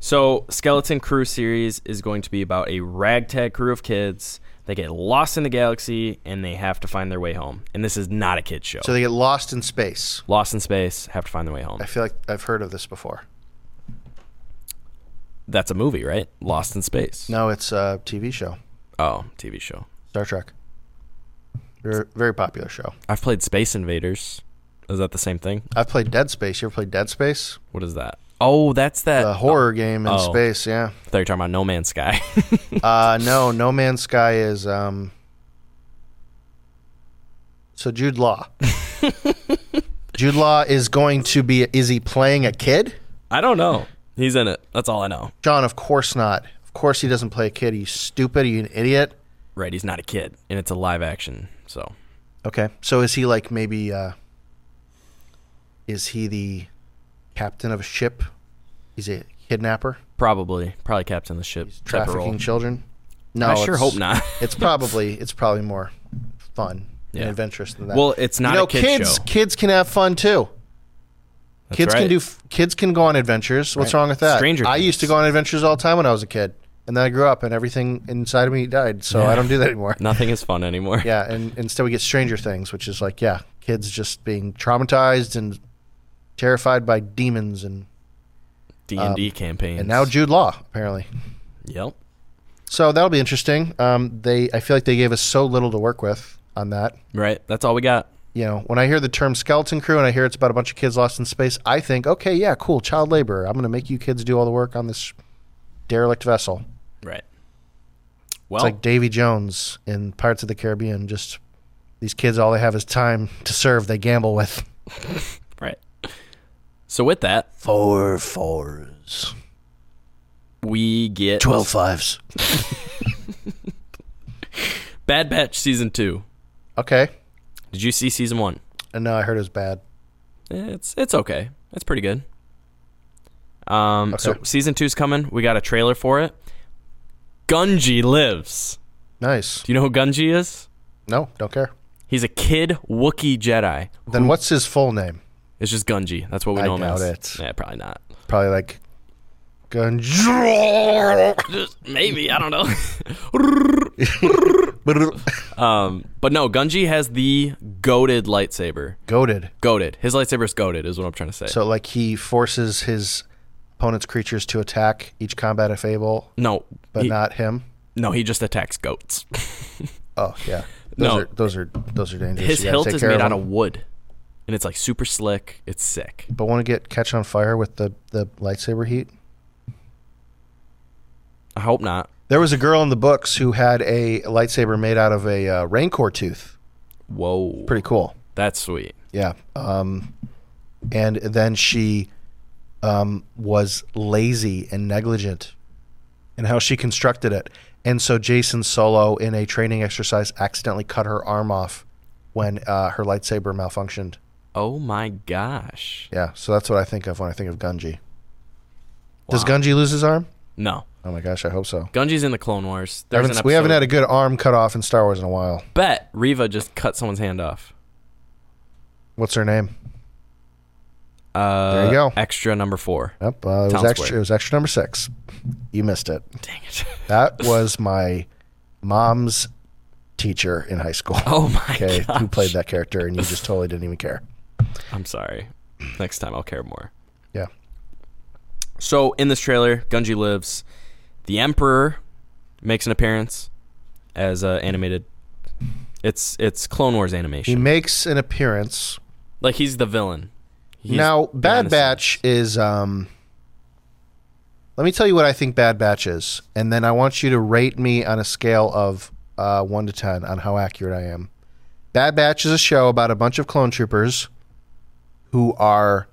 So, Skeleton Crew series is going to be about a ragtag crew of kids. They get lost in the galaxy and they have to find their way home. And this is not a kid's show.
So they get lost in space.
lost in space, have to find their way home.
I feel like I've heard of this before.
That's a movie, right? Lost in space.
No, it's a TV show,
Oh, TV show.
Star Trek. Very, very popular show.
I've played Space Invaders. Is that the same thing?
I've played Dead Space. You ever played Dead Space?
What is that? Oh, that's that.
The horror game in
Oh.
space, yeah.
I thought you were talking about No Man's Sky.
Uh, no, No Man's Sky is um. So Jude Law. Jude Law is going to be. Is he playing a kid?
I don't know. He's in it. That's all I know.
John, of course not. Of course he doesn't play a kid. Are you stupid? Are you an idiot?
Right, he's not a kid, and it's a live action. So
Okay. So is he like maybe? Uh, is he the captain of a ship? He's a kidnapper,
probably, probably Captain the Ship. type of role.
trafficking children. No,
I sure
it's-
hope not.
it's probably it's probably more fun
Yeah.
and adventurous than that.
Well, it's not
you know,
a kid
kids
show.
kids can have fun too.
That's
kids
right.
can do f- kids can go on adventures. What's
Right.
wrong with that?
Stranger
I
Things.
used to go on adventures all the time when I was a kid, and then I grew up, and everything inside of me died. So I don't do that anymore.
Nothing is fun anymore.
Yeah, and instead we get Stranger Things, which is like yeah, kids just being traumatized and terrified by demons, and
D and D campaigns.
um, and now Jude Law apparently.
yep.
So that'll be interesting. Um, they I feel like they gave us so little to work with on that.
Right. That's all we got.
you know, when I hear the term skeleton crew and I hear it's about a bunch of kids lost in space, I think, okay, yeah, cool, child labor. I'm going to make you kids do all the work on this derelict vessel.
Right.
It's
Well,
like Davy Jones in Pirates of the Caribbean. Just these kids, all they have is time to serve. They gamble with
right. So with that,
four fours,
we get
twelve fives.
Bad Batch season two.
Okay,
Did you see season one?
and no, I heard it was bad.
It's it's okay. It's pretty good. Um, so
Okay.
season two's coming. We got a trailer for it. Gunji lives.
Nice.
Do you know who Gunji is?
No, don't care.
He's a kid Wookiee Jedi.
Then what's his full name?
It's just Gunji. That's what we
I
know him
doubt
as.
it.
Yeah, probably not.
Probably like Gunj.
Just maybe I don't know. um, but no, Gunji has the goaded lightsaber.
Goaded.
Goaded. His lightsaber is goaded. Is what I'm trying to say.
So like he forces his opponent's creatures to attack each combat if able,
no,
but
he,
not him.
no, he just attacks goats.
Oh yeah, those
No.
are those are those are dangerous.
His
You gotta
hilt
take
is
care
made out
them.
of wood, and it's like super slick. It's sick.
But want to get catch on fire with the the lightsaber heat?
I hope not.
There was a girl in the books who had a lightsaber made out of a uh, rancor tooth.
Whoa,
Pretty cool.
that's sweet.
Yeah. Um, and then she um, was lazy and negligent in how she constructed it. And so Jason Solo, in a training exercise, accidentally cut her arm off when uh, her lightsaber malfunctioned.
Oh my gosh.
Yeah. So that's what I think of when I think of Gunji. Does Gunji lose his arm?
No,
Oh my gosh, I hope so.
Gunji's in the Clone Wars.
I
There's
haven't-
an
we haven't
episode-
had a good arm cut off in Star Wars in a while.
bet Riva just cut someone's hand off.
What's her name?
Uh,
There you go.
Extra number four.
Yep, uh, it was
Town
extra.
Square.
It was extra number six. You missed it.
Dang it.
That was my mom's teacher in high school.
Oh my
okay,
god.
who played that character, and you just totally didn't even care.
I'm sorry. Next time I'll care more.
Yeah,
So in this trailer, Gunji lives. The Emperor makes an appearance as uh, animated. It's it's Clone Wars
he
animation.
makes an appearance.
like he's the villain. He's
now, Bad
behind the
Batch is. Um, let me tell you what I think Bad Batch is, and then I want you to rate me on a scale of uh, one to ten on how accurate I am. Bad Batch is a show about a bunch of clone troopers who are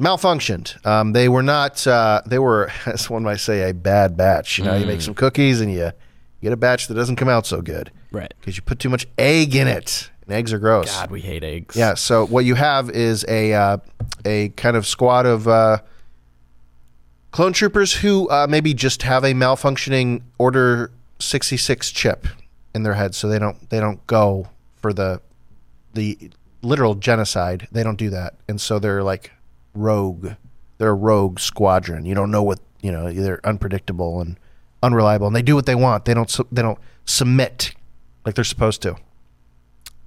malfunctioned. Um, they were not. Uh, they were, as one might say, a bad batch. You know, you make
Mm.
some cookies and you get a batch that doesn't come out so good
scenes. Right.
because you put too much egg in it, and eggs are gross.
God, we hate eggs.
Yeah. So what you have is a uh, a kind of squad of uh, clone troopers who uh, maybe just have a malfunctioning Order sixty six chip in their head, so they don't they don't go for the the literal genocide. They don't do that, and so they're like rogue. They're a rogue squadron. You don't know what you know. They're unpredictable and unreliable, and they do what they want. They don't su- they don't submit like they're supposed to.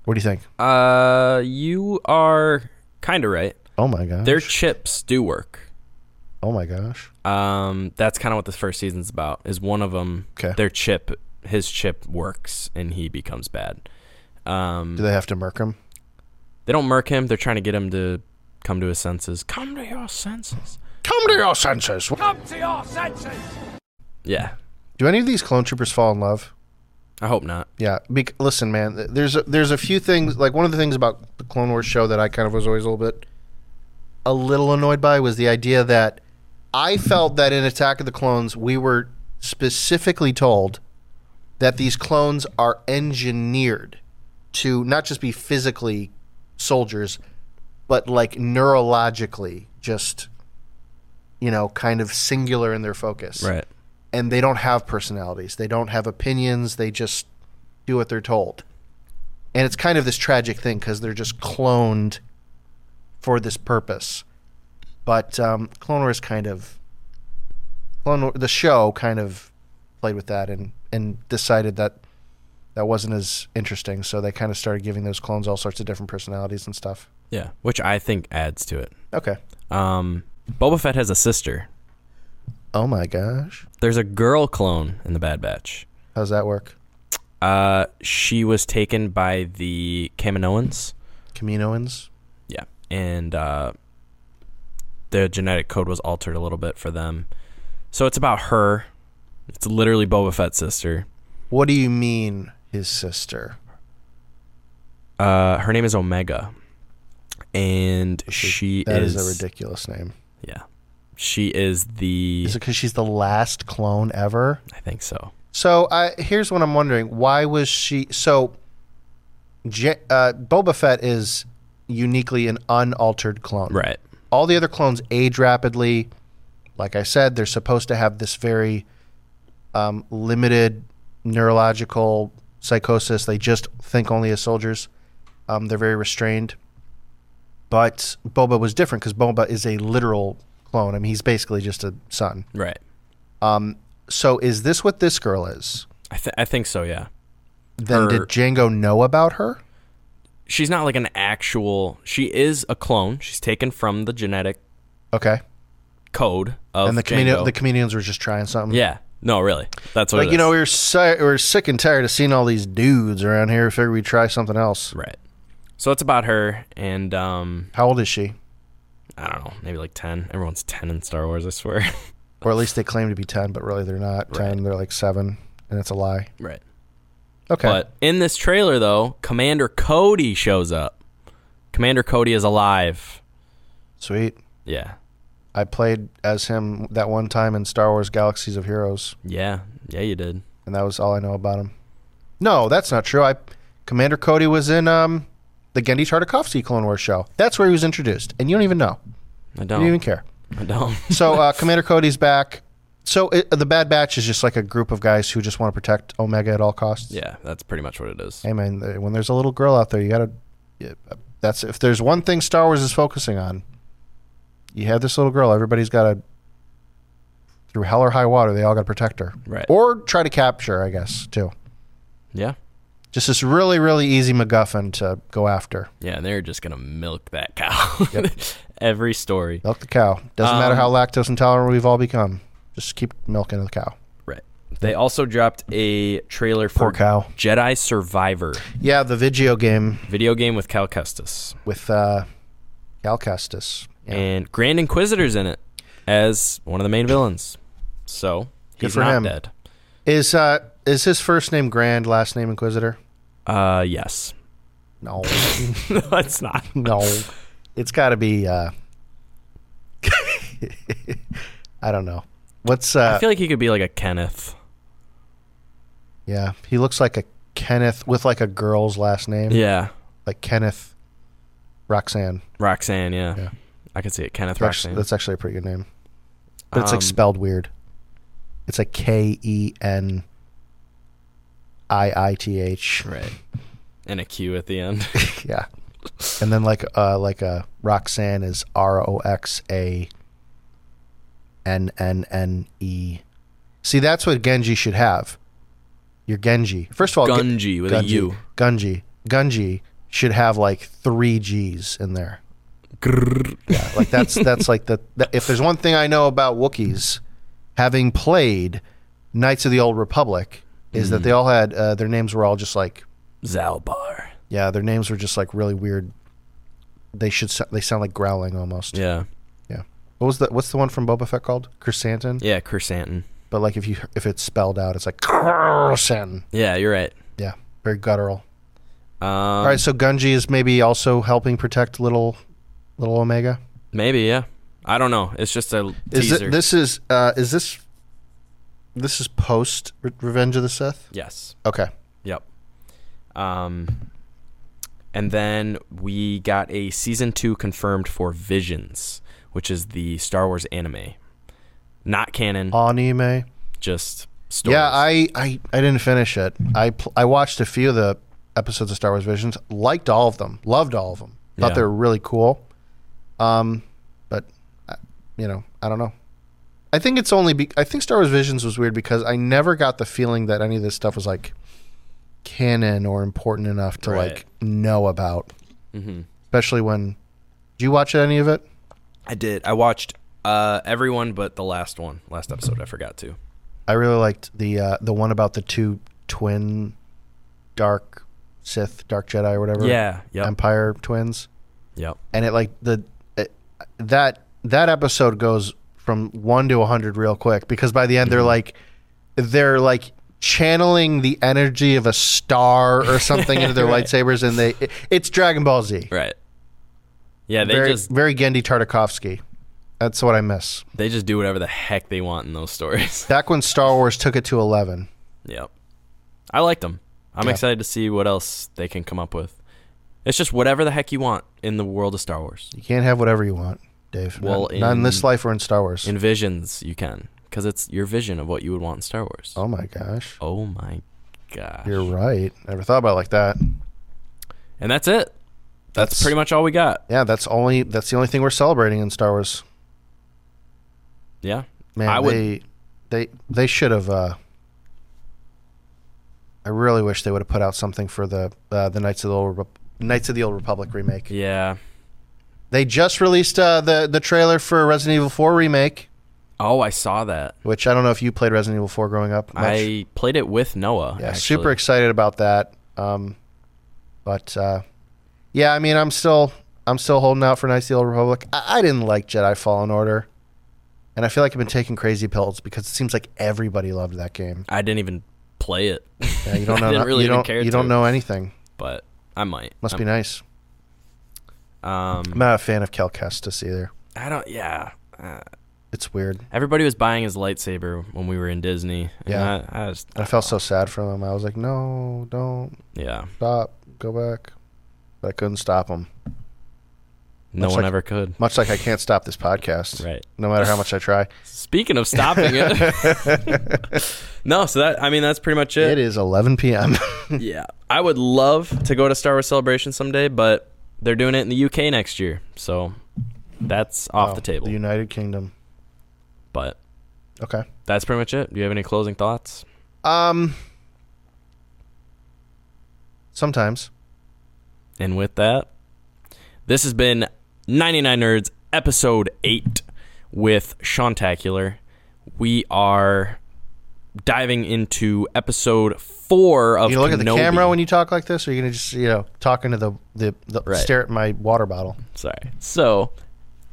What do you think?
Uh, you are kind of right.
Oh my gosh.
Their chips do work.
Oh my gosh.
Um, that's kind of what this first season's about. Is one of them
Okay.
their chip, his chip works, and he becomes bad. Um,
Mm. Do they have to murk him?
they don't murk him. They're trying to get him to come to his senses. Come to your senses.
Come to your senses.
Yeah,
Do any of these clone troopers fall in love?
I hope not.
Yeah. Bec- listen, man. th- There's a, there's a few things like one of the things about the Clone Wars show that I kind of was always a little bit a little annoyed by was the idea that I felt that in Attack of the Clones we were specifically told that these clones are engineered to not just be physically soldiers, but like neurologically just you know kind of singular in their focus
Right.
and they don't have personalities. They don't have opinions. They just do what they're told. And it's kind of this tragic thing because they're just cloned for this purpose. But um, Clone Wars kind of Clone War, the show kind of played with that and and decided that that wasn't as interesting. So they kind of started giving those clones all sorts of different personalities and stuff.
Yeah, which I think adds to it.
Okay.
Um, Boba Fett has a sister.
Oh my gosh,
There's a girl clone in the Bad Batch.
how's that work?
Uh, she was taken by the Kaminoans.
Caminoans.
Yeah, and uh, the genetic code was altered a little bit for them. So it's about her. It's literally Boba Fett's sister.
What do you mean, his sister?
Uh, her name is Omega, and she
That
is,
is a ridiculous name.
yeah, she is the
Is it because she's the last clone ever?
I think so.
So I, here's what I'm wondering: Why was she so? Je, uh, Boba Fett is uniquely an unaltered clone.
Right.
All the other clones age rapidly. Like I said, they're supposed to have this very um, limited neurological psychosis. They just think only as soldiers. Um, they're very restrained. But Boba was different because Boba is a literal clone. I mean, he's basically just a son.
Right.
So is this what this girl is?
I th- I think so. Yeah.
Then did
Her-
Django know about her?
she's not like an actual she is a clone she's taken from the genetic
Okay.
code of
And the
Django.
comedian, the comedians were just trying something.
yeah no really that's what
Like
it
you know,
is.
we were si- we were sick and tired of seeing all these dudes around here. Figured we'd try something else.
right so it's about her and um
How old is she?
i don't know maybe like 10 everyone's 10 in star wars i swear
Or at least they claim to be ten, but really they're not ten. They're like seven, and it's a lie.
right
Okay.
but in this trailer though commander cody shows up commander cody is alive
Sweet.
yeah
I played as him that one time in Star Wars: Galaxies of Heroes,
yeah yeah you did
and that was all I know about him. No, that's not true. I Commander Cody was in um, the Gendy Tartakovsky Clone Wars show. That's where he was introduced, and you don't even know.
i
You don't even
don't
care.
i don't
So uh, Commander Cody's back. So it, the Bad Batch is just like a group of guys who just want to protect Omega at all costs.
yeah that's pretty much what it is
Hey man, th- when there's a little girl out there, you gotta. yeah, That's if there's one thing Star Wars is focusing on. You have this little girl. Everybody's got to. Through hell or high water, they all got to protect her,
right
or try to capture, I guess, too.
yeah
Just this really, really easy MacGuffin to go after.
Yeah, they're just gonna milk that cow. Every story.
Milk the cow. Doesn't matter
Um,
how lactose intolerant we've all become. Just keep milking the cow.
Right. They also dropped a trailer
Poor
for
cow.
Jedi Survivor
Yeah, the video game
video game with Cal Kestis
with uh, Cal Kestis. Yeah.
and Grand Inquisitor's in it as one of the main villains. So
Good
he's
for
not
him.
dead.
Is uh is his first name Grand, last name Inquisitor?
Uh, yes.
No,
no, it's not.
no, it's got to be. uh I don't know. What's uh?
I feel like he could be like a Kenneth.
yeah, he looks like a Kenneth with like a girl's last name,
Yeah,
like Kenneth Roxanne.
Roxanne. Yeah,
Yeah.
I could see it. Kenneth
That's
Roxanne.
actually, that's actually a pretty good name, but it's
Um,
like spelled weird. It's like K E N I I T H.
right. And a Q at the end.
Yeah. And then like uh like uh Roxanne is R O X A N N N E. See, that's what Genji should have. Your Genji. First of all, Ge-
Gunji with a U.
Gunji. Gunji should have like three G's in there.
Grrr.
Yeah, like that's that's like the, the if there's one thing I know about Wookiees, having played Knights of the Old Republic, is
Hmm.
that they all had uh, their names were all just like
Zalbar.
yeah, their names were just like really weird they should so- they sound like growling almost.
Yeah.
Yeah. What was the what's the one from Boba Fett called? Chrysanthemum.
Yeah, Kersantin.
But like if you if it's spelled out, it's like Chrysanthemum.
Yeah, you're right.
Yeah, very guttural.
Um,
All right, so Gunji is maybe also helping protect little little Omega.
Maybe, yeah. I don't know. It's just a
Is
teaser.
it, this is uh, is this this is post Re- Revenge of the Sith?
yes.
Okay.
Yep. Um, and then we got a season two confirmed for Visions, which is the Star Wars anime. Not canon,
Anime.
just stories.
Uh, Yeah, I, I I didn't finish it. I pl- I watched a few of the episodes of Star Wars Visions. Liked all of them. Loved all of them. Thought
Yeah.
they were really cool. Um, but I- you know, I don't know. I think it's only be- I think Star Wars Visions was weird because I never got the feeling that any of this stuff was like canon or important enough to
Right.
like know about.
Mhm.
Especially when did you watch any of it?
I did. I watched uh, everyone but the last one, last episode. I forgot to.
I really liked the uh, the one about the two twin dark Sith, dark Jedi, or whatever.
Yeah. Yep.
Empire twins,
yep.
and it like the it, that that episode goes from one to a hundred real quick because by the end
Mm-hmm.
they're like they're like channeling the energy of a star or something into their lightsabers, and they it- it's Dragon Ball Z.
Right. Yeah, they
very
just
very Gendy Tartakovsky. That's what I miss.
they just do whatever the heck they want in those stories.
Back when Star Wars took it to eleven.
yep. I liked them. I'm
Yeah.
excited to see what else they can come up with. It's just whatever the heck you want in the world of Star Wars.
You can't have whatever you want, Dave.
Well,
not, not in this
in-
life or in Star Wars.
In visions, you can because it's your vision of what you would want in Star Wars. Oh,
oh my gosh,
my gosh!
you're right. Never thought about it like that.
And that's it. That's,
That's-
pretty much all we got.
Yeah, that's only that's the only thing we're celebrating in Star Wars.
Yeah.
Man,
I would-
they they they should have. Uh, I really wish they would have put out something for the uh, the Knights of the Old Rep- Knights of the Old Republic remake.
Yeah.
They just released uh, the the trailer for Resident Evil 4 remake,
Oh, I saw that.
which I don't know if you played Resident Evil 4 growing up. Much.
I played it with Noah.
yeah,
actually.
super excited about that. Um, but uh, yeah, I mean, I'm still I'm still holding out for Knights of the Old Republic. I, I didn't like Jedi Fallen Order, and I feel like I've been taking crazy pills because it seems like everybody loved that game.
I didn't even play it.
Yeah, you don't know.
I didn't really
you
even
don't.
care
you
to,
don't know anything.
but I might.
Must be nice. I'm
Um,
not a fan of Cal Kestis either.
I don't. Yeah. Uh,
It's weird.
everybody was buying his lightsaber when we were in Disney. and
Yeah.
I, I just.
I felt so sad for him. I was like, no, don't
Yeah.
stop, go back. But I couldn't stop him.
No
Much
one
like-
ever could.
Much like I can't stop this podcast,
Right.
no matter how much I try.
Speaking of stopping it. no. So that. I mean, that's pretty much
It is 11 p.m.
Yeah. I would love to go to Star Wars Celebration someday, but they're doing it in the UK next year. So that's off
Oh,
the table.
The United Kingdom.
but
Okay.
that's pretty much it. Do you have any closing thoughts?
Um. Sometimes.
And with that, this has been 99 Nerds episode 8 with Sean Tacular. We are diving into episode 4 of
You look at the
Kenobi.
camera when you talk like this, or you are gonna just you know talk into the the, the
Right.
stare at my water bottle?
Sorry. So,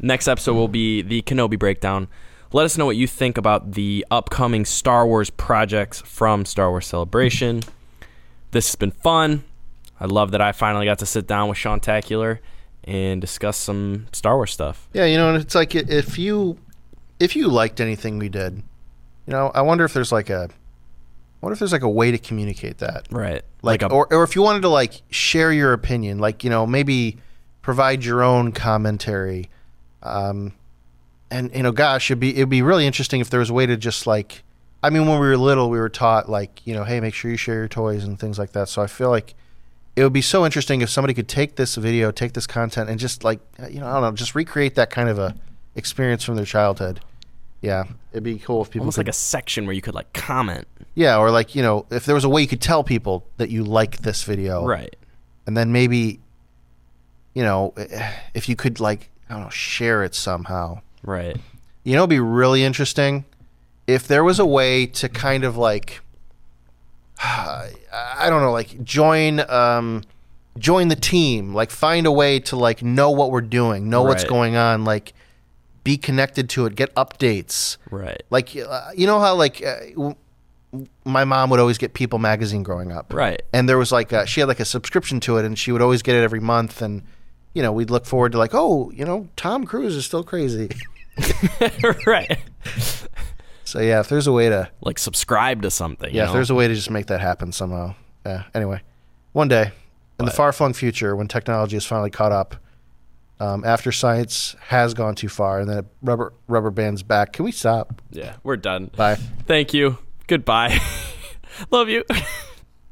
next episode will be the Kenobi breakdown. Let us know what you think about the upcoming Star Wars projects from Star Wars Celebration. This has been fun. I love that I finally got to sit down with Sean Tacular and discuss some Star Wars stuff.
Yeah, you know, and it's like i- if you if you liked anything we did, you know, I wonder if there's like a I wonder if there's like a way to communicate that.
Right.
like,
a,
or, or if you wanted to like share your opinion like you know maybe provide your own commentary um and you know gosh it'd be it'd be really interesting if there was a way to just like i mean when we were little we were taught like you know hey make sure you share your toys and things like that so i feel like it would be so interesting if somebody could take this video take this content and just like uh, you know i don't know just recreate that kind of a experience from their childhood yeah it'd be cool if people
almost
could
like a section where you could like comment.
yeah, or like, you know, if there was a way you could tell people that you like this video.
Right.
And then maybe, you know, if you could, like, I don't know, share it somehow.
Right.
You know, it'd be really interesting if there was a way to kind of like, I don't know, like join um, join the team, like find a way to like know what we're doing, know what's
Right.
going on, like be connected to it, get updates.
Right.
Like uh, you know how like uh, w- my mom would always get People magazine growing up.
Right.
And there was like a, she had like a subscription to it and she would always get it every month and you know, we'd look forward to like, oh, you know, Tom Cruise is still crazy.
right.
so yeah, if there's a way to
Like subscribe to something.
Yeah,
you
if
know?
there's a way to just make that happen somehow. Yeah. Anyway, one day in the far flung future, when technology is finally caught up, um, after science has gone too far, and then it rubber rubber bands back. Can we stop?
yeah, we're done.
Bye.
Thank you. Goodbye. Love you.